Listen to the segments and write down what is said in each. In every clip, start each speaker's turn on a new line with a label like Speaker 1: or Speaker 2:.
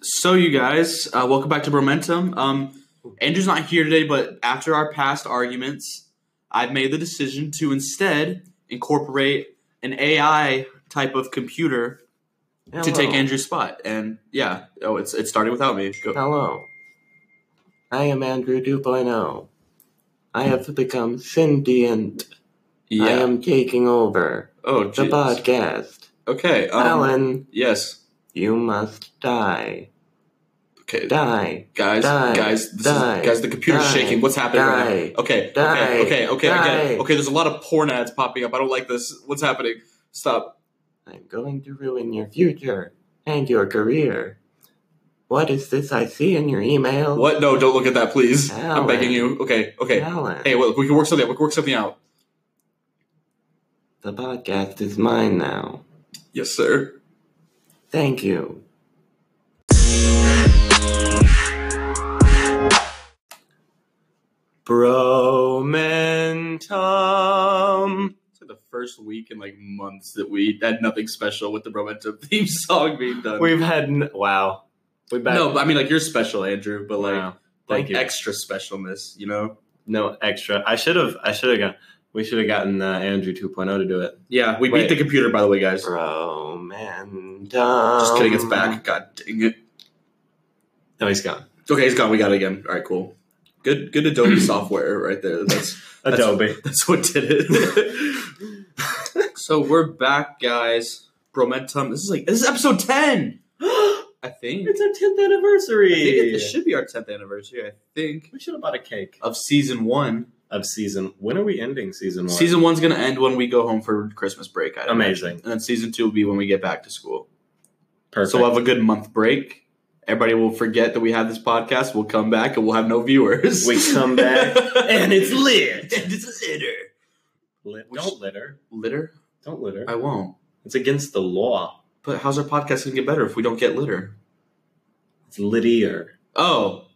Speaker 1: So, you guys, uh, welcome back to Bromentum. Um, Andrew's not here today, but after our past arguments, I've made the decision to instead incorporate an AI type of computer to take
Speaker 2: Hello.
Speaker 1: Andrew's spot. And yeah, oh, it's it started without me. Go.
Speaker 2: Hello. I am Andrew 2.0. I have become sentient. I
Speaker 1: Yeah.
Speaker 2: am taking over
Speaker 1: Oh,
Speaker 2: the
Speaker 1: jeez.
Speaker 2: podcast.
Speaker 1: Okay. Um,
Speaker 2: Alan,
Speaker 1: Yes.
Speaker 2: you must die.
Speaker 1: Okay.
Speaker 2: Die.
Speaker 1: Guys,
Speaker 2: Die.
Speaker 1: guys, this
Speaker 2: Die.
Speaker 1: is, guys, the computer's
Speaker 2: Die.
Speaker 1: shaking. What's happening
Speaker 2: Die.
Speaker 1: right now? Okay,
Speaker 2: Die.
Speaker 1: okay, okay, okay, I get it.
Speaker 2: Die.
Speaker 1: Okay, there's a lot of porn ads popping up. I don't like this. What's happening? Stop.
Speaker 2: I'm going to ruin your future and your career. What is this I see in your email?
Speaker 1: What? No, don't look at that, please. I'm
Speaker 2: Alan.
Speaker 1: begging you. Okay, okay.
Speaker 2: Alan,
Speaker 1: Hey, look, we can work something out. We can work something out.
Speaker 2: the podcast is mine now.
Speaker 1: Yes, sir.
Speaker 2: Thank you. Bromentum.
Speaker 1: It's like the first week in like months that we had nothing special with the Momentum theme song being done.
Speaker 2: We've had n- wow. We back
Speaker 1: no, but I mean, like, you're special, Andrew, but like,
Speaker 2: Wow.
Speaker 1: like
Speaker 2: Thank you.
Speaker 1: extra specialness, you know?
Speaker 2: no extra. I should have. I should have got. We should have gotten uh, Andrew 2.0 to do it.
Speaker 1: Yeah, we beat
Speaker 2: Wait.
Speaker 1: the computer, by the way, guys.
Speaker 2: Bromentum.
Speaker 1: Just
Speaker 2: Um,
Speaker 1: kidding, it's back. God dang it.
Speaker 2: No, he's gone.
Speaker 1: Okay, he's gone. We got it again. All right, cool. Good, good Adobe software right there. That's That's-
Speaker 2: Adobe.
Speaker 1: that's what did it. so we're back, guys. Bromentum. This is like this is episode ten. I think.
Speaker 2: it's our 10th
Speaker 1: I think it,
Speaker 2: anniversary.
Speaker 1: it should be our tenth anniversary. I think
Speaker 2: we should have bought a cake
Speaker 1: of season one.
Speaker 2: of season. When are we ending season one?
Speaker 1: Season one's gonna end when we go home for Christmas break. I imagine.
Speaker 2: amazing.
Speaker 1: And then season two will be when we get back to school.
Speaker 2: Perfect.
Speaker 1: So we'll have a good month break. Everybody will forget that we have this podcast. We'll come back and we'll have no viewers.
Speaker 2: We come back and it's lit.
Speaker 1: And it's litter.
Speaker 2: Lit-
Speaker 1: We should-
Speaker 2: Don't litter.
Speaker 1: Litter?
Speaker 2: Don't litter.
Speaker 1: I won't.
Speaker 2: It's against the law.
Speaker 1: But how's our podcast gonna get better if we don't get litter?
Speaker 2: It's littier.
Speaker 1: Oh,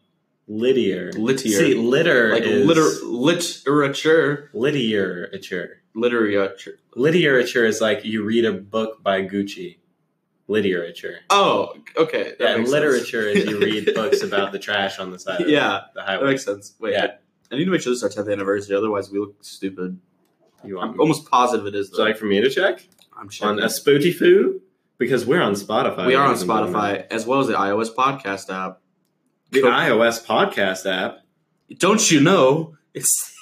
Speaker 2: Littier.
Speaker 1: Littier.
Speaker 2: See, litter
Speaker 1: like
Speaker 2: is
Speaker 1: liter literature,
Speaker 2: literature.
Speaker 1: literature.
Speaker 2: Literature is like you read a book by Gucci. Literature.
Speaker 1: Oh, okay.
Speaker 2: Yeah,
Speaker 1: makes
Speaker 2: literature
Speaker 1: sense.
Speaker 2: is you read books about the trash on the side of
Speaker 1: Yeah,
Speaker 2: the
Speaker 1: that
Speaker 2: highway.
Speaker 1: makes sense. Wait,
Speaker 2: Yeah.
Speaker 1: I need to make sure this is our 10th anniversary, otherwise we look stupid.
Speaker 2: You want
Speaker 1: I'm almost positive it is.
Speaker 2: Would
Speaker 1: Though.
Speaker 2: you Mm-hmm. like for me to check?
Speaker 1: I'm
Speaker 2: on
Speaker 1: checking.
Speaker 2: a Spotify because we're on Spotify.
Speaker 1: we are on
Speaker 2: ladies and gentlemen.
Speaker 1: Spotify as well as the iOS podcast app.
Speaker 2: The
Speaker 1: Co-
Speaker 2: iOS podcast app.
Speaker 1: Don't you know? It's.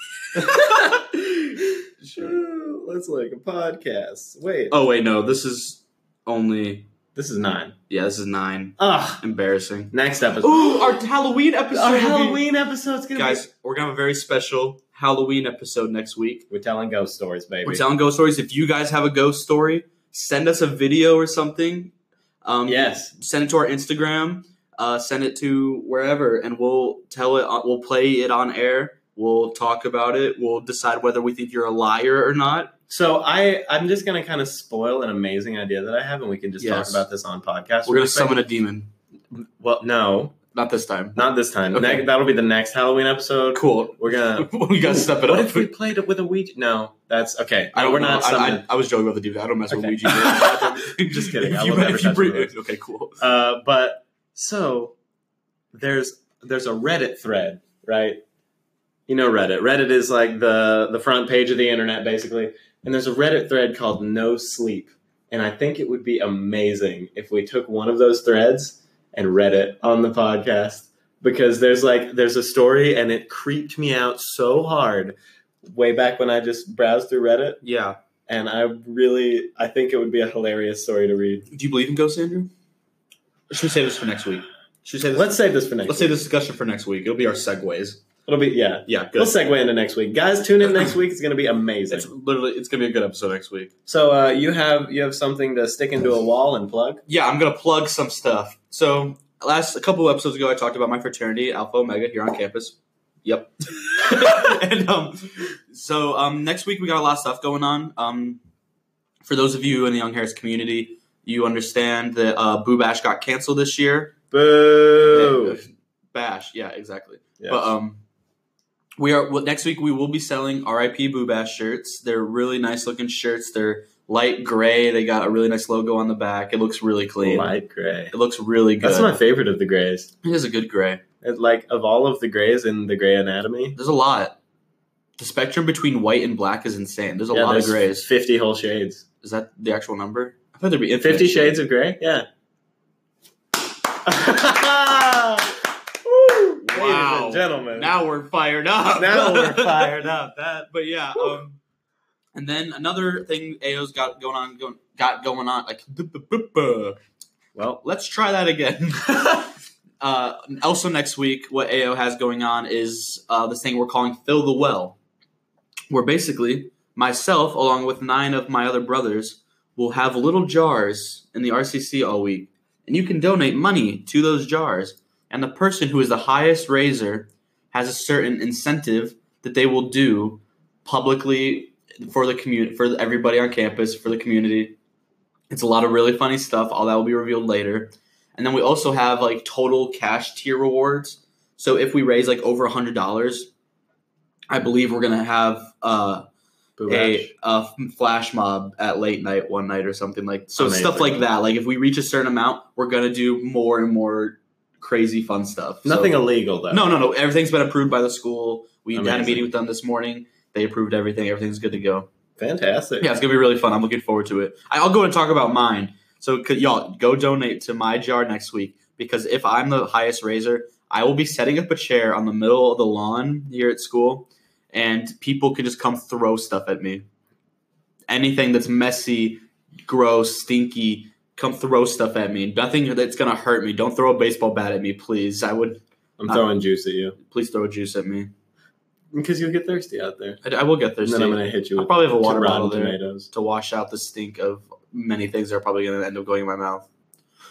Speaker 2: Ooh, Let's look. A podcast. Wait.
Speaker 1: oh wait, no. This is only.
Speaker 2: This is nine.
Speaker 1: Yeah, this is nine.
Speaker 2: Ugh.
Speaker 1: Embarrassing.
Speaker 2: Next episode.
Speaker 1: Ooh, our Halloween episode.
Speaker 2: Our
Speaker 1: will be-
Speaker 2: Halloween episode's gonna
Speaker 1: guys, we're gonna have a very special Halloween episode next week.
Speaker 2: be. We're telling ghost stories, baby.
Speaker 1: We're telling ghost stories. If you guys have a ghost story, send us a video or something. Um,
Speaker 2: yes.
Speaker 1: Send it to our Instagram. Uh, send it to wherever, and we'll tell it. on we'll play it on air. We'll talk about it. We'll decide whether we think you're a liar or not.
Speaker 2: So I, I'm just gonna kind of spoil an amazing idea that I have, and we can just
Speaker 1: Yes.
Speaker 2: talk about this on podcast.
Speaker 1: We're
Speaker 2: really
Speaker 1: gonna
Speaker 2: quick.
Speaker 1: summon a demon.
Speaker 2: Well, no,
Speaker 1: Not this time.
Speaker 2: not this time.
Speaker 1: Okay.
Speaker 2: Ne- that'll be the next Halloween episode.
Speaker 1: Cool.
Speaker 2: We're gonna.
Speaker 1: we gotta step it
Speaker 2: what
Speaker 1: up.
Speaker 2: if we played it with a Ouija? No, that's okay.
Speaker 1: I don't.
Speaker 2: We're
Speaker 1: know.
Speaker 2: not.
Speaker 1: I-
Speaker 2: summoning-
Speaker 1: I, I, was joking about the demon. I don't mess with
Speaker 2: Okay.
Speaker 1: Ouija. boards.
Speaker 2: Just kidding. I
Speaker 1: If you-
Speaker 2: will never
Speaker 1: if you
Speaker 2: touch
Speaker 1: bring-
Speaker 2: one of those.
Speaker 1: Okay, cool.
Speaker 2: Uh, but so there's there's a Reddit thread, right? You know Reddit. Reddit is like the the front page of the internet, basically. And there's a Reddit thread called No Sleep, and I think it would be amazing if we took one of those threads and read it on the podcast because there's like there's a story, and it creeped me out so hard way back when I just browsed through Reddit,
Speaker 1: Yeah.
Speaker 2: and I really I think it would be a hilarious story to read.
Speaker 1: Do you believe in ghosts, Andrew? Or should we save this for next week? Should we save this?
Speaker 2: Let's save this for next.
Speaker 1: let's
Speaker 2: week.
Speaker 1: save this discussion for next week. It'll be our segues.
Speaker 2: It'll be yeah.
Speaker 1: Yeah,
Speaker 2: We'll
Speaker 1: good.
Speaker 2: segue into next week, guys. Tune in next week; it's going to be amazing.
Speaker 1: It's literally it's gonna be a good episode next week.
Speaker 2: so uh, you have you have something to stick into a wall and plug.
Speaker 1: Yeah, I'm gonna plug some stuff. So last a couple episodes ago, I talked about my fraternity, Alpha Omega, here on campus. Yep. and um, so um, next week we got a lot of stuff going on. Um, for those of you in the Young Harris community, you understand that uh, Boo Bash got canceled this year.
Speaker 2: Boo!
Speaker 1: Bash, yeah, exactly. But um, we are well, next week. We will be selling RIP Boo Bash shirts. They're really nice looking shirts. They're light gray. They got a really nice logo on the back. It looks really clean.
Speaker 2: Light gray.
Speaker 1: It looks really good.
Speaker 2: That's my favorite of the grays.
Speaker 1: it is a good gray.
Speaker 2: It, like of all of the grays in the Gray Anatomy.
Speaker 1: There's a lot. The spectrum between white and black is insane. There's a
Speaker 2: yeah,
Speaker 1: lot of
Speaker 2: there's
Speaker 1: grays.
Speaker 2: Fifty whole shades.
Speaker 1: Is that the actual number? I thought there'd be infinite
Speaker 2: Fifty shades of gray. Yeah. Woo! Ladies
Speaker 1: Wow.
Speaker 2: and gentlemen.
Speaker 1: Now we're fired up.
Speaker 2: Now we're fired up. That
Speaker 1: But yeah,
Speaker 2: Woo.
Speaker 1: um, and then another thing AO's got going on, going, got going on. Like, well,
Speaker 2: well.
Speaker 1: let's try that again. uh, also next week, what AO has going on is uh, this thing we're calling Fill the Well, where basically myself, along with nine of my other brothers, will have little jars in the RCC all week, and you can donate money to those jars. And the person who is the highest raiser has a certain incentive that they will do publicly for the community, for everybody on campus, for the community. It's a lot of really funny stuff. All that will be revealed later. And then we also have like total cash tier rewards. So if we raise like over a hundred dollars, I believe we're gonna have uh,
Speaker 2: Bourage.
Speaker 1: a, a flash mob at late night one night or something like so
Speaker 2: Amazing.
Speaker 1: stuff like that. Like if we reach a certain amount, we're gonna do more and more crazy fun stuff. So-
Speaker 2: Nothing illegal though.
Speaker 1: no, no, no. Everything's been approved by the school. We had a
Speaker 2: Amazing.
Speaker 1: meeting with them this morning. They approved everything. Everything's good to go.
Speaker 2: Fantastic.
Speaker 1: Yeah, it's gonna be really fun. I'm looking forward to it. I- I'll go and talk about mine. So could, y'all go donate to my jar next week because if I'm the highest raiser, I will be setting up a chair on the middle of the lawn here at school, and people can just come throw stuff at me. Anything that's messy, gross, stinky, come throw stuff at me. Nothing that's gonna hurt me. Don't throw a baseball bat at me, please. I would
Speaker 2: I'm throwing juice at you
Speaker 1: please throw juice at me.
Speaker 2: because you'll get thirsty out there.
Speaker 1: I, I will get
Speaker 2: And
Speaker 1: thirsty.
Speaker 2: then I'm gonna hit you
Speaker 1: I'll
Speaker 2: with
Speaker 1: probably have a water
Speaker 2: rotten
Speaker 1: bottle there.
Speaker 2: tomatoes.
Speaker 1: to wash out the stink of many things that are probably going to end up going in my mouth.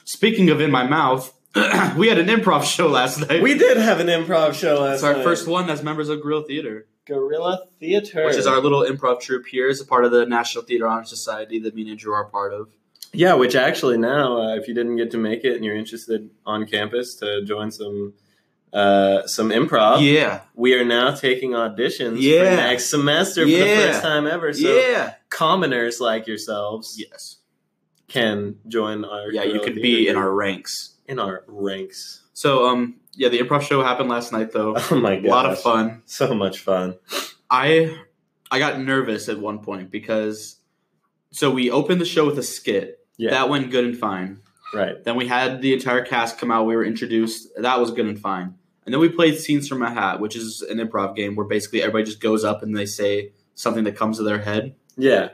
Speaker 1: Speaking of in my mouth, we had an improv show last night.
Speaker 2: We did have an improv show last
Speaker 1: it's our
Speaker 2: night.
Speaker 1: first one as members of Grill Theater,
Speaker 2: Gorilla Theater,
Speaker 1: which is our little improv troupe here. It's a part of the National Theater Honor Society that me and Drew are part of.
Speaker 2: yeah. Which actually now, uh, if you didn't get to make it and you're interested on campus to join some uh, some improv,
Speaker 1: yeah,
Speaker 2: we are now taking auditions
Speaker 1: Yeah.
Speaker 2: for next semester for
Speaker 1: Yeah.
Speaker 2: the first time ever. So
Speaker 1: yeah,
Speaker 2: commoners like yourselves
Speaker 1: yes,
Speaker 2: can join our
Speaker 1: yeah. You
Speaker 2: Gorilla
Speaker 1: could
Speaker 2: Theater
Speaker 1: be in
Speaker 2: group-
Speaker 1: our ranks.
Speaker 2: in our ranks.
Speaker 1: So, um, yeah, the improv show happened last night though.
Speaker 2: Oh my
Speaker 1: A
Speaker 2: god,
Speaker 1: lot of fun.
Speaker 2: So much fun.
Speaker 1: I I got nervous at one point because so we opened the show with a skit.
Speaker 2: Yeah.
Speaker 1: That went good and fine.
Speaker 2: Right.
Speaker 1: Then we had the entire cast come out, we were introduced. That was good and fine. And then we played Scenes from a Hat, which is an improv game where basically everybody just goes up and they say something that comes to their head.
Speaker 2: Yeah.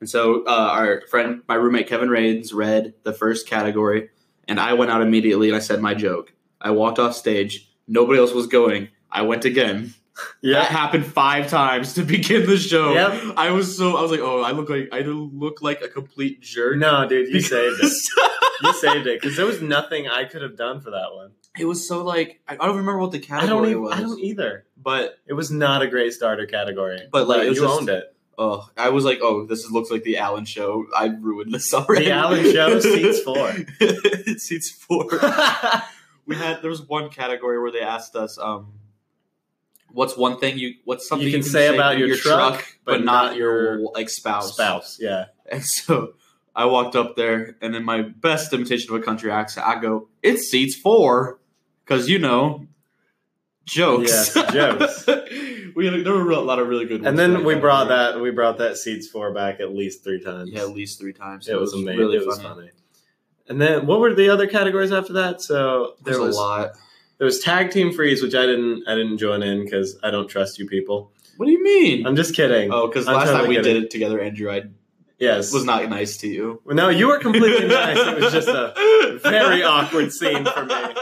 Speaker 1: And so uh, our friend, my roommate Kevin Rains, read the first category, and I went out immediately and I said my joke. I walked off stage. Nobody else was going. I went again. That
Speaker 2: Yeah.
Speaker 1: happened five times to begin the show.
Speaker 2: Yep.
Speaker 1: I was so I was like, oh, I look like I look like a complete jerk.
Speaker 2: No, dude, you
Speaker 1: Because-
Speaker 2: saved it. You saved it because there was nothing I could have done for that one.
Speaker 1: it was so like I I don't remember what the
Speaker 2: I
Speaker 1: category
Speaker 2: don't even.
Speaker 1: was,
Speaker 2: I don't e-, either.
Speaker 1: but
Speaker 2: It was not a great starter category.
Speaker 1: But, like, it
Speaker 2: you
Speaker 1: was just-
Speaker 2: owned it.
Speaker 1: oh, I was like, oh, this is, looks like the Allen Show. I ruined this already.
Speaker 2: The Allen Show, seats four.
Speaker 1: seats four. We had there was one category where they asked us, um, what's one thing you what's something
Speaker 2: You can say about your truck,
Speaker 1: but,
Speaker 2: but
Speaker 1: not,
Speaker 2: not
Speaker 1: your
Speaker 2: your
Speaker 1: like
Speaker 2: Spouse. Yeah.
Speaker 1: And so I walked up there, and in my best imitation of a country accent, I go, "It seats four, because you know, jokes,
Speaker 2: Yes, jokes.
Speaker 1: we had, there were a lot of really good. ones
Speaker 2: And then
Speaker 1: like
Speaker 2: we
Speaker 1: that.
Speaker 2: brought that. We brought that seats four back at least three times.
Speaker 1: yeah, at least three times.
Speaker 2: it was amazing.
Speaker 1: Really
Speaker 2: it was
Speaker 1: funny.
Speaker 2: funny. And then what were the other categories after that? So
Speaker 1: There
Speaker 2: there was
Speaker 1: a lot.
Speaker 2: there was tag team freeze, which I didn't I didn't join in because I don't trust you people.
Speaker 1: What do you mean?
Speaker 2: I'm just kidding.
Speaker 1: oh, because
Speaker 2: I'm
Speaker 1: last
Speaker 2: totally
Speaker 1: time we
Speaker 2: kidding.
Speaker 1: did it together, Andrew, I
Speaker 2: yes,
Speaker 1: was not nice to you.
Speaker 2: Well, No, you were completely nice. It was just a very awkward scene for me.
Speaker 1: me.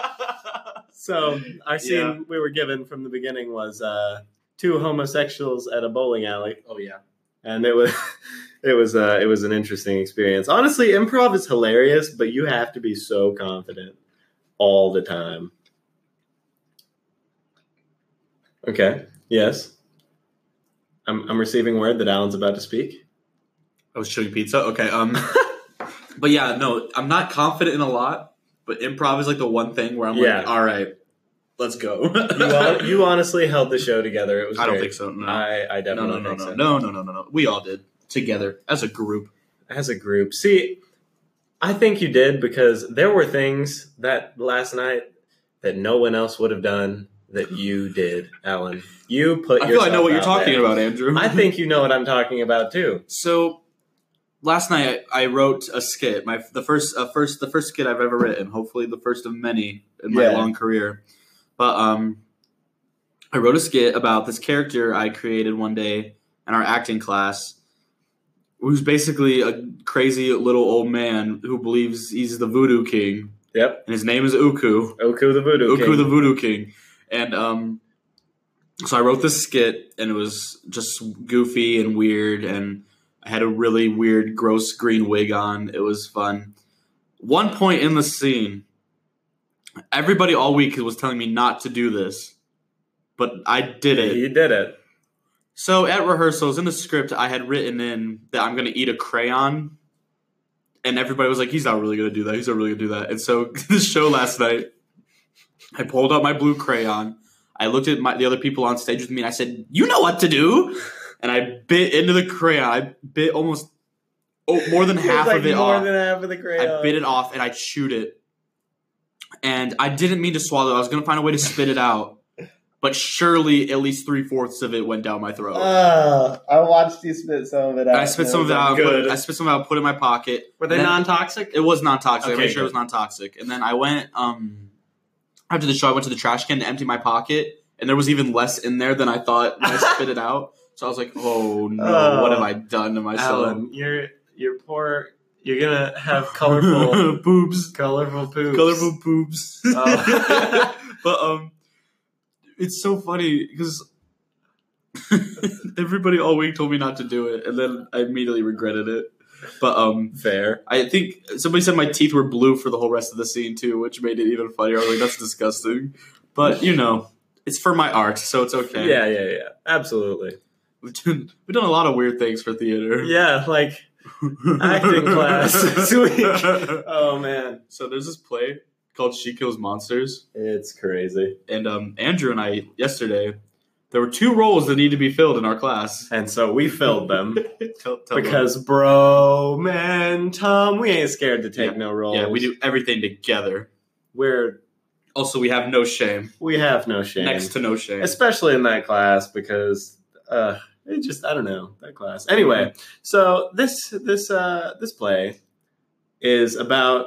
Speaker 2: so our scene
Speaker 1: Yeah.
Speaker 2: we were given from the beginning was uh, two homosexuals at a bowling alley,
Speaker 1: Oh yeah.
Speaker 2: and it was it was uh, it was an interesting experience. Honestly, improv is hilarious, but you have to be so confident all the time. Okay. Yes. I'm, I'm receiving word that Alan's about to speak.
Speaker 1: I was chewing pizza. Okay. Um. but yeah, no, I'm not confident in a lot, but improv is like the one thing where I'm like,
Speaker 2: Yeah.
Speaker 1: all right, let's go.
Speaker 2: You, hon- you honestly held the show together. It was.
Speaker 1: I don't
Speaker 2: great.
Speaker 1: think so. No.
Speaker 2: I, I
Speaker 1: no,
Speaker 2: definitely
Speaker 1: no, no,
Speaker 2: think
Speaker 1: no,
Speaker 2: so.
Speaker 1: no, no, no, no, no. We all did together as a group.
Speaker 2: as a group. See, I think you did because there were things that last night that no one else would have done that you did, Alan. You put.
Speaker 1: I feel I know what you're
Speaker 2: yourself out
Speaker 1: talking
Speaker 2: there.
Speaker 1: about, Andrew.
Speaker 2: I think you know what I'm talking about too.
Speaker 1: so. Last night I I wrote a skit, my the first uh, first the first skit I've ever written, hopefully the first of many in my
Speaker 2: Yeah.
Speaker 1: long career. But um, I wrote a skit about this character I created one day in our acting class, who's basically a crazy little old man who believes he's the voodoo king,
Speaker 2: Yep,
Speaker 1: and his name is Uku.
Speaker 2: Oku the Voodoo
Speaker 1: Uku
Speaker 2: King.
Speaker 1: the Voodoo King. And um, so I wrote this skit, and it was just goofy and weird, and I had a really weird, gross green wig on. It was fun. One point in the scene, everybody all week was telling me not to do this, but I did it.
Speaker 2: you did it.
Speaker 1: So at rehearsals in the script, I had written in that I'm going to eat a crayon, and everybody was like, "He's not really going to do that. He's not really going to do that." And so the show last night, I pulled out my blue crayon. I looked at my, the other people on stage with me, and I said, "You know what to do," and I bit into the crayon. I bit almost oh, more than
Speaker 2: It was
Speaker 1: half
Speaker 2: like
Speaker 1: of it
Speaker 2: more
Speaker 1: off.
Speaker 2: than half of the crayon.
Speaker 1: I bit it off and I chewed it. And I didn't mean to swallow. I was gonna find a way to spit it out, but surely at least three fourths of it went down my throat.
Speaker 2: Oh,
Speaker 3: Uh, I watched you spit some of it out.
Speaker 1: I spit some of it out.
Speaker 2: Good.
Speaker 1: Put, I spit some of it out. Put it in my pocket.
Speaker 2: Were
Speaker 1: Then-
Speaker 2: non-toxic?
Speaker 1: It was non toxic. I
Speaker 2: Okay,
Speaker 1: made sure it was non toxic. And then I went um after the show. I went to the trash can to empty my pocket, and there was even less in there than I thought when I spit it out. So I was like, "Oh no,
Speaker 2: Oh.
Speaker 1: what have I done to myself?"
Speaker 2: Alan, you're you're poor. You're gonna have colorful,
Speaker 1: boobs,
Speaker 2: colorful poops.
Speaker 1: colorful boobs.
Speaker 2: Oh.
Speaker 1: but um, it's so funny because. Everybody all week told me not to do it, and then I immediately regretted it. But um,
Speaker 2: Fair.
Speaker 1: I think somebody said my teeth were blue for the whole rest of the scene too, which made it even funnier. I was like, that's disgusting. But you know, it's for my art, so it's okay.
Speaker 2: Yeah, yeah, yeah. Absolutely.
Speaker 1: We've done, we've done a lot of weird things for theater.
Speaker 2: Yeah, like Acting class this week. oh man,
Speaker 1: So there's this play called She Kills Monsters.
Speaker 2: it's crazy.
Speaker 1: And um, Andrew and I yesterday there were two roles that need to be filled in our class.
Speaker 2: And so we filled them
Speaker 1: Tell- tell them.
Speaker 2: because, bro, man, Tom, we ain't scared to take no roles.
Speaker 1: Yeah, we do everything together.
Speaker 2: We're
Speaker 1: Also, we have no shame.
Speaker 2: we have no shame.
Speaker 1: Next to no shame.
Speaker 2: especially in that class because uh, it just I don't know that class. Anyway, so this this uh, this play is about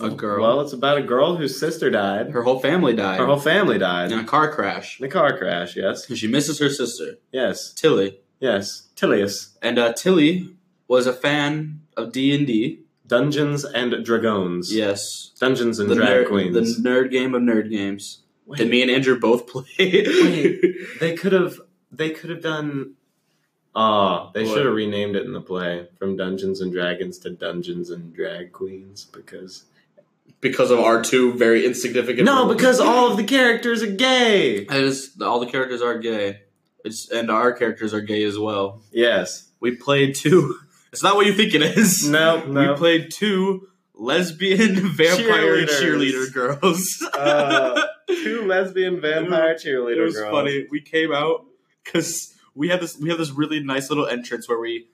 Speaker 1: A girl.
Speaker 2: Well, it's about a girl whose sister died.
Speaker 1: Her whole family died
Speaker 2: Her whole family died
Speaker 1: in a car crash.
Speaker 2: in a car crash. Yes,
Speaker 1: She misses her sister,
Speaker 2: yes,
Speaker 1: Tilly.
Speaker 2: yes. Tilius,
Speaker 1: And uh, Tilly was a fan of D&D.
Speaker 2: Dungeons and Dragons.
Speaker 1: Yes.
Speaker 2: Dungeons and
Speaker 1: the
Speaker 2: Drag
Speaker 1: nerd,
Speaker 2: Queens.
Speaker 1: The nerd game of nerd games.
Speaker 2: Wait,
Speaker 1: That me and Andrew both played.
Speaker 2: Wait. they could have they could have done. Ah, they
Speaker 1: What?
Speaker 2: should have renamed it in the play from Dungeons and Dragons to Dungeons and Drag Queens because
Speaker 1: because of our two very insignificant
Speaker 2: no,
Speaker 1: roles.
Speaker 2: because all of the characters are gay.
Speaker 1: It is- all the characters are gay. It's, and our characters are gay as well.
Speaker 2: Yes.
Speaker 1: We played two. It's not what you think it is.
Speaker 2: No. No.
Speaker 1: We played two lesbian vampire
Speaker 2: Cheerleaders.
Speaker 1: cheerleader girls.
Speaker 2: Uh, two lesbian vampire cheerleader
Speaker 1: it was
Speaker 2: girls.
Speaker 1: funny. We came out because we had this we had this really nice little entrance where we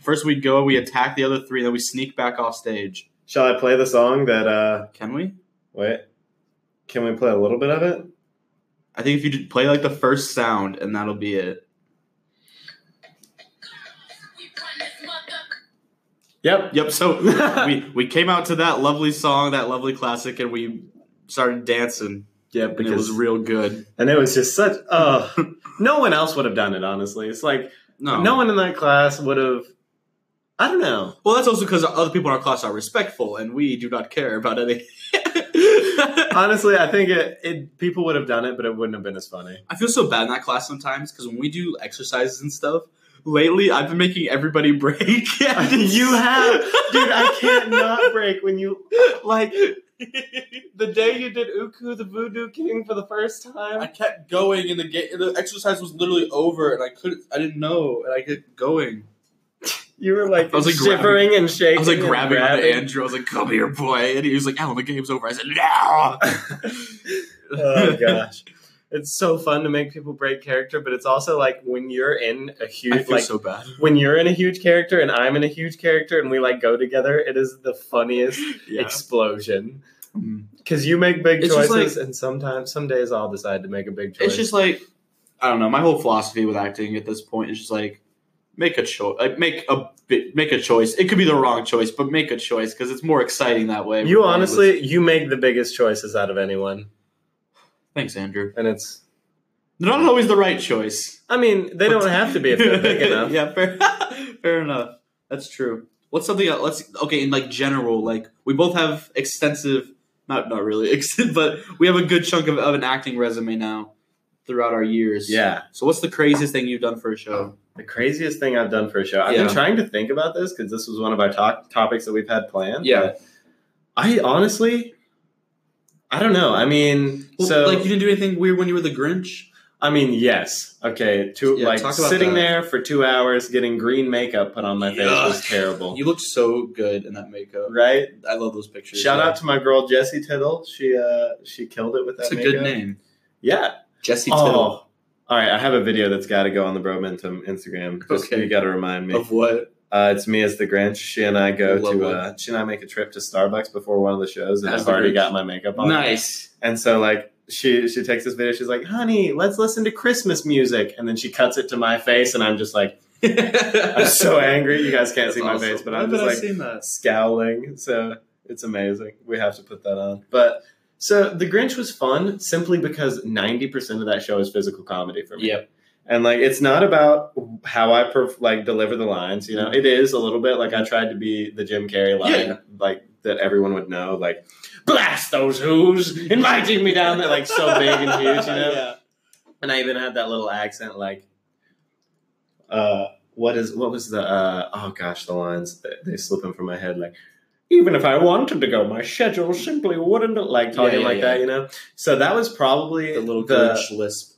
Speaker 1: first we go we attack the other three and then we sneak back off stage.
Speaker 2: Shall I play the song that? uh
Speaker 1: Can we?
Speaker 2: Wait. Can we play a little bit of it?
Speaker 1: I think if you just play like the first sound and that'll be it.
Speaker 2: Yep.
Speaker 1: Yep. So we we came out to that lovely song, that lovely classic, and we started dancing
Speaker 2: yeah,
Speaker 1: and it was real good.
Speaker 2: and it was just such. Uh, no one else would have done it. Honestly, it's like
Speaker 1: No,
Speaker 2: no one in that class would have. I don't know.
Speaker 1: Well, that's also because other people in our class are respectful, and we do not care about any.
Speaker 2: Honestly, I think it, it people would have done it, but it wouldn't have been as funny.
Speaker 1: I feel so bad in that class sometimes because when we do exercises and stuff, lately I've been making everybody break.
Speaker 2: you have, dude. I can't not break when you like the day you did Uku the Voodoo King for the first
Speaker 1: I
Speaker 2: time.
Speaker 1: kept going, and the ga- the exercise was literally over, and I couldn't. I didn't know, and I kept going.
Speaker 2: You were like,
Speaker 1: I was, like,
Speaker 2: shivering and shaking.
Speaker 1: I was like
Speaker 2: and
Speaker 1: grabbing, onto
Speaker 2: grabbing.
Speaker 1: Andrew. I was like, "Come here, "Oh, boy!" And he was like, "Alan, the game's over." I said, "No."
Speaker 2: Oh gosh. it's so fun to make people break character, but it's also like when you're in a
Speaker 1: I
Speaker 2: huge
Speaker 1: feel
Speaker 2: like
Speaker 1: so bad.
Speaker 2: when you're in a huge character and I'm in a huge character and we like go together, it is the funniest
Speaker 1: Yeah.
Speaker 2: explosion.
Speaker 1: Mm.
Speaker 2: Because you make big
Speaker 1: It's just
Speaker 2: choices, and sometimes some days I'll decide to make a big choice.
Speaker 1: It's just like I don't know. My whole philosophy with acting at this point is just like make a choice. Like make a bi- make a choice. It could be the wrong choice, but make a choice because it's more exciting that way.
Speaker 2: you
Speaker 1: regardless.
Speaker 2: honestly, you make the biggest choices out of anyone,
Speaker 1: thanks, Andrew.
Speaker 2: and it's.
Speaker 1: They're not always the right choice.
Speaker 2: I mean, they don't have to be if they're big enough.
Speaker 1: yeah, fair, fair enough. That's true. What's something? Else? Let's okay. In like general, like we both have extensive, not not really, extent, but we have a good chunk of, of an acting resume now throughout our years.
Speaker 2: Yeah,
Speaker 1: So what's the craziest thing you've done for a show?
Speaker 2: the craziest thing I've done for a show. I've
Speaker 1: Yeah.
Speaker 2: been trying to think about this because this was one of our talk- topics that we've had planned.
Speaker 1: Yeah.
Speaker 2: but I honestly, I don't know. I mean,
Speaker 1: Well,
Speaker 2: so
Speaker 1: like you didn't do anything weird when you were the Grinch.
Speaker 2: I mean, yes. Okay, to
Speaker 1: Yeah,
Speaker 2: like
Speaker 1: talk about
Speaker 2: sitting
Speaker 1: that.
Speaker 2: there for two hours getting green makeup put on my face was
Speaker 1: Yuck.
Speaker 2: terrible.
Speaker 1: You looked so good in that makeup.
Speaker 2: right?
Speaker 1: I love those pictures.
Speaker 2: Shout
Speaker 1: yeah.
Speaker 2: out to my girl Jessie Tittle. She uh she killed it with that.
Speaker 1: That's a
Speaker 2: makeup.
Speaker 1: good name,
Speaker 2: Yeah.
Speaker 1: Jesse Tittle.
Speaker 2: Oh. All right, I have a video that's got to go on the Bromentum Instagram. Just
Speaker 1: Okay.
Speaker 2: you got to remind me.
Speaker 1: Of what?
Speaker 2: Uh, it's me as the Grinch. She and I go
Speaker 1: Love
Speaker 2: to.
Speaker 1: one.
Speaker 2: Uh, she and I make a trip to Starbucks before one of the shows, and
Speaker 1: As
Speaker 2: I've
Speaker 1: the
Speaker 2: already
Speaker 1: Grinch.
Speaker 2: got my makeup on.
Speaker 1: Nice.
Speaker 2: And so like she she takes this video. She's like, "Honey, let's listen to Christmas music," and then she cuts it to my face, and I'm just like, I'm so angry. You guys can't see my face, but I'm just like
Speaker 1: seen that?
Speaker 2: scowling. So it's amazing. We have to put that on. But so The Grinch was fun simply because 90% of that show is physical comedy for me.
Speaker 1: Yep.
Speaker 2: And like it's not about how I perf- like deliver the lines, you know. It is a little bit like I tried to be the Jim Carrey line,
Speaker 1: Yeah.
Speaker 2: like that everyone would know, like blast those who's inviting me down there, like so big and huge, you know.
Speaker 1: Yeah.
Speaker 2: And I even had that little accent, like, uh, what is what was the uh, oh gosh, the lines they, they slip in from my head, like, even if I wanted to go, my schedule simply wouldn't like talking
Speaker 1: yeah,
Speaker 2: like
Speaker 1: yeah.
Speaker 2: that, you know. So that was probably
Speaker 1: The little
Speaker 2: the-
Speaker 1: Grinch lisp.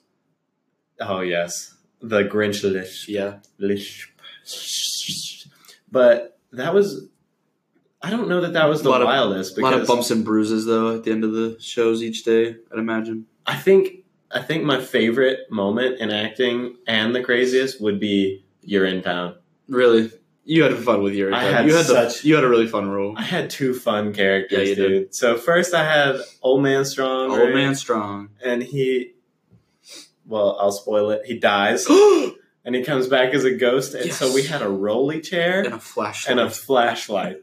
Speaker 2: Oh yes, the Grinch lish
Speaker 1: Yeah.
Speaker 2: lish, but that was. I don't know that that was the
Speaker 1: Lot of-
Speaker 2: wildest
Speaker 1: A lot of
Speaker 2: because
Speaker 1: bumps and bruises though at the end of the shows each day. I'd imagine.
Speaker 2: I think I think my favorite moment in acting and the craziest would be you're in town.
Speaker 1: Really, you had fun with your.
Speaker 2: I had
Speaker 1: you had
Speaker 2: such-
Speaker 1: the, You had a really fun role.
Speaker 2: I had two fun characters,
Speaker 1: Yeah, you
Speaker 2: dude. So first I had Old Man Strong,
Speaker 1: Old
Speaker 2: right?
Speaker 1: man strong.
Speaker 2: and he. Well, I'll spoil it. He dies,
Speaker 1: and
Speaker 2: and he comes back as a ghost, and so
Speaker 1: Yes.
Speaker 2: we had a rolly chair
Speaker 1: a flashlight.
Speaker 2: and a flashlight,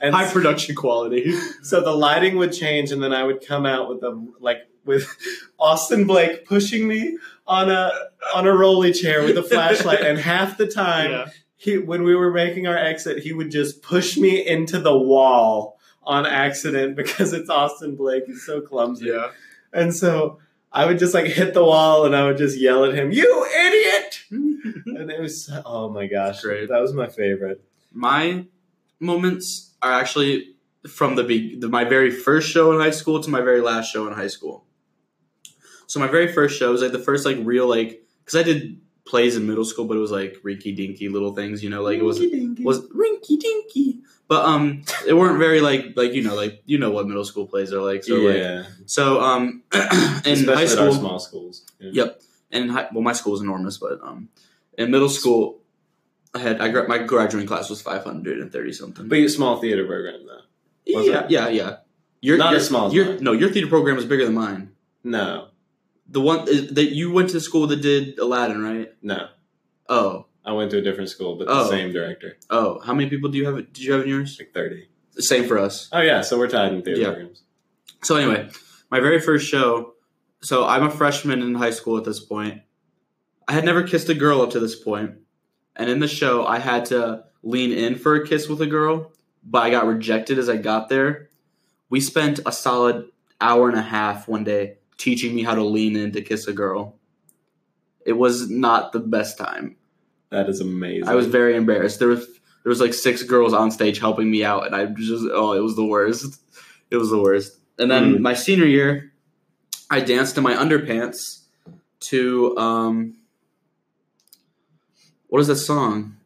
Speaker 2: and
Speaker 1: high production quality.
Speaker 2: so the lighting would change, and then I would come out with a like with Austin Blake pushing me on a on a rolly chair with a flashlight, and half the time he when we were making our exit, he would just push me into the wall on accident because it's Austin Blake. He's so clumsy.
Speaker 1: Yeah.
Speaker 2: And so I would just like hit the wall and I would just yell at him, "You idiot!" And it was oh my gosh,
Speaker 1: Great.
Speaker 2: that was my favorite.
Speaker 1: my moments are actually from the, be- the my very first show in high school to my very last show in high school. So my very first show was like the first like real like because I did plays in middle school, but it was like rinky dinky little things, you know, like it was was rinky dinky, but um, it weren't very like like you know like you know what middle school plays are like. So like
Speaker 2: yeah,
Speaker 1: so um, in
Speaker 2: especially
Speaker 1: high
Speaker 2: at our
Speaker 1: school,
Speaker 2: small schools. Yeah.
Speaker 1: Yep. and in high, well, my school was enormous, but um, in middle school, I had I gra- my graduating class was five hundred and thirty something.
Speaker 2: But your small theater program though. was
Speaker 1: yeah,
Speaker 2: it?
Speaker 1: yeah, yeah. Your,
Speaker 2: Not
Speaker 1: your,
Speaker 2: as small as
Speaker 1: Your,
Speaker 2: mine.
Speaker 1: no, your theater program is bigger than mine.
Speaker 2: No,
Speaker 1: The one is- that you went to the school that did Aladdin, right?
Speaker 2: no.
Speaker 1: Oh,
Speaker 2: I went to a different school, but the
Speaker 1: Oh.
Speaker 2: same director,
Speaker 1: oh. How many people do you have? Did you have in yours?
Speaker 2: like thirty.
Speaker 1: Same for us.
Speaker 2: Oh yeah, so we're tied in theater
Speaker 1: Yeah.
Speaker 2: programs.
Speaker 1: So anyway, my very first show. So I'm a freshman in high school at this point. I had never kissed a girl up to this point, and in the show, I had to lean in for a kiss with a girl, but I got rejected as I got there. We spent a solid hour and a half one day teaching me how to lean in to kiss a girl. It was not the best time.
Speaker 2: That is amazing.
Speaker 1: I was very embarrassed. There was there was like six girls on stage helping me out, and I just oh, it was the worst. It was the worst. And then
Speaker 2: Mm.
Speaker 1: my senior year, I danced in my underpants to um, what is that song?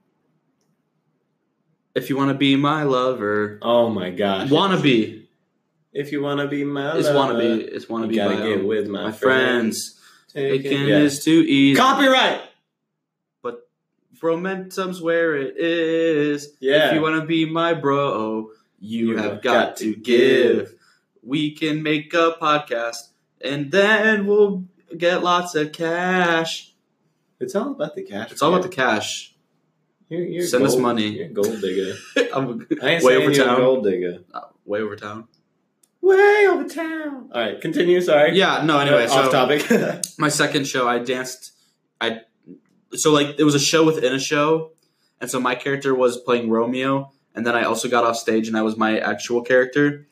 Speaker 1: If you want to be my lover,
Speaker 2: Oh my gosh.
Speaker 1: wannabe
Speaker 2: If you wanna be my
Speaker 1: is
Speaker 2: lover,
Speaker 1: wannabe is
Speaker 2: you
Speaker 1: wannabe.
Speaker 2: gotta
Speaker 1: by,
Speaker 2: get
Speaker 1: um,
Speaker 2: with my,
Speaker 1: my friends. Taking
Speaker 2: Yeah.
Speaker 1: is too easy.
Speaker 2: Copyright.
Speaker 1: Bromentum's where it is.
Speaker 2: Yeah.
Speaker 1: If you want to be my bro, you,
Speaker 2: You
Speaker 1: have got, to give. We can make a podcast and then we'll get lots of cash.
Speaker 2: It's all about the cash.
Speaker 1: It's all about the cash.
Speaker 2: You're, you're
Speaker 1: Send us
Speaker 2: gold-
Speaker 1: money.
Speaker 2: You're a gold digger.
Speaker 1: I'm
Speaker 2: I ain't
Speaker 1: Way
Speaker 2: saying
Speaker 1: over
Speaker 2: you're a
Speaker 1: town.
Speaker 2: gold digger.
Speaker 1: uh, way over town.
Speaker 2: Way over town. All right, continue. Sorry.
Speaker 1: Yeah, no, anyway.
Speaker 2: Uh,
Speaker 1: so
Speaker 2: off topic.
Speaker 1: my second show, I danced. I So, like, it was a show within a show. And so my character was playing Romeo. And then I also got off stage and I was my actual character.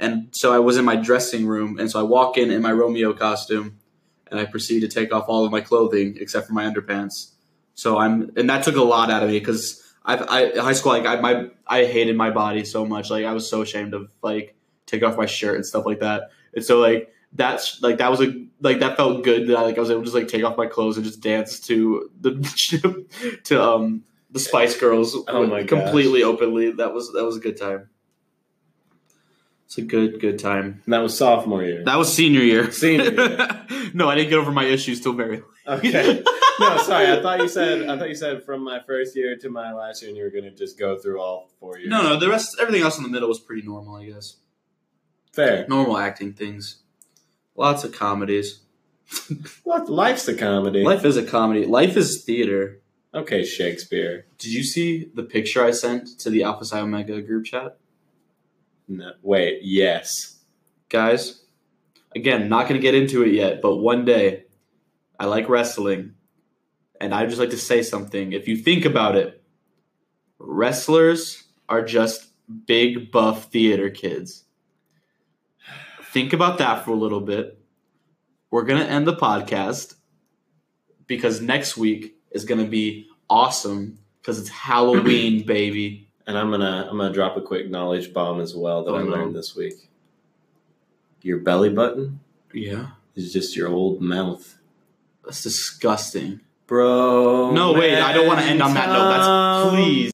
Speaker 1: And so I was in my dressing room. And so I walk in in my Romeo costume. And I proceed to take off all of my clothing except for my underpants. So I'm, and that took a lot out of me because I, I, in high school, like I, my, I hated my body so much. Like I was so ashamed of like taking off my shirt and stuff like that. And so like that's like that was a like that felt good that like I was able to just like take off my clothes and just dance to the to um the Spice Girls
Speaker 2: Oh my gosh.
Speaker 1: completely openly. That was that was a good time. It's a good good time.
Speaker 2: that was sophomore year.
Speaker 1: That was senior year.
Speaker 2: Senior year.
Speaker 1: no, I didn't get over my issues till very
Speaker 2: Okay. No, sorry. I thought you said. I thought you said from my first year to my last year, and you were going to just go through all four years.
Speaker 1: No, no, the rest, everything else in the middle was pretty normal, I guess.
Speaker 2: Fair.
Speaker 1: Normal acting things. Lots of comedies.
Speaker 2: What? Life's a comedy.
Speaker 1: Life is a comedy. Life is theater.
Speaker 2: Okay, Shakespeare.
Speaker 1: Did you see the picture I sent to the Alpha Psi Omega group chat?
Speaker 2: No. Wait. Yes.
Speaker 1: Guys, again, not going to get into it yet, but one day, I like wrestling, and I'd just like to say something. If you think about it, wrestlers are just big, buff theater kids. Think about that for a little bit. We're going to end the podcast because next week is going to be awesome because it's Halloween, baby.
Speaker 2: And I'm gonna I'm gonna drop a quick knowledge bomb as well that
Speaker 1: Oh,
Speaker 2: I
Speaker 1: no.
Speaker 2: learned this week. Your belly button
Speaker 1: Yeah.
Speaker 2: is just your old mouth,
Speaker 1: That's disgusting.
Speaker 2: bro.
Speaker 1: No, wait, I don't want to end on that note. That's please.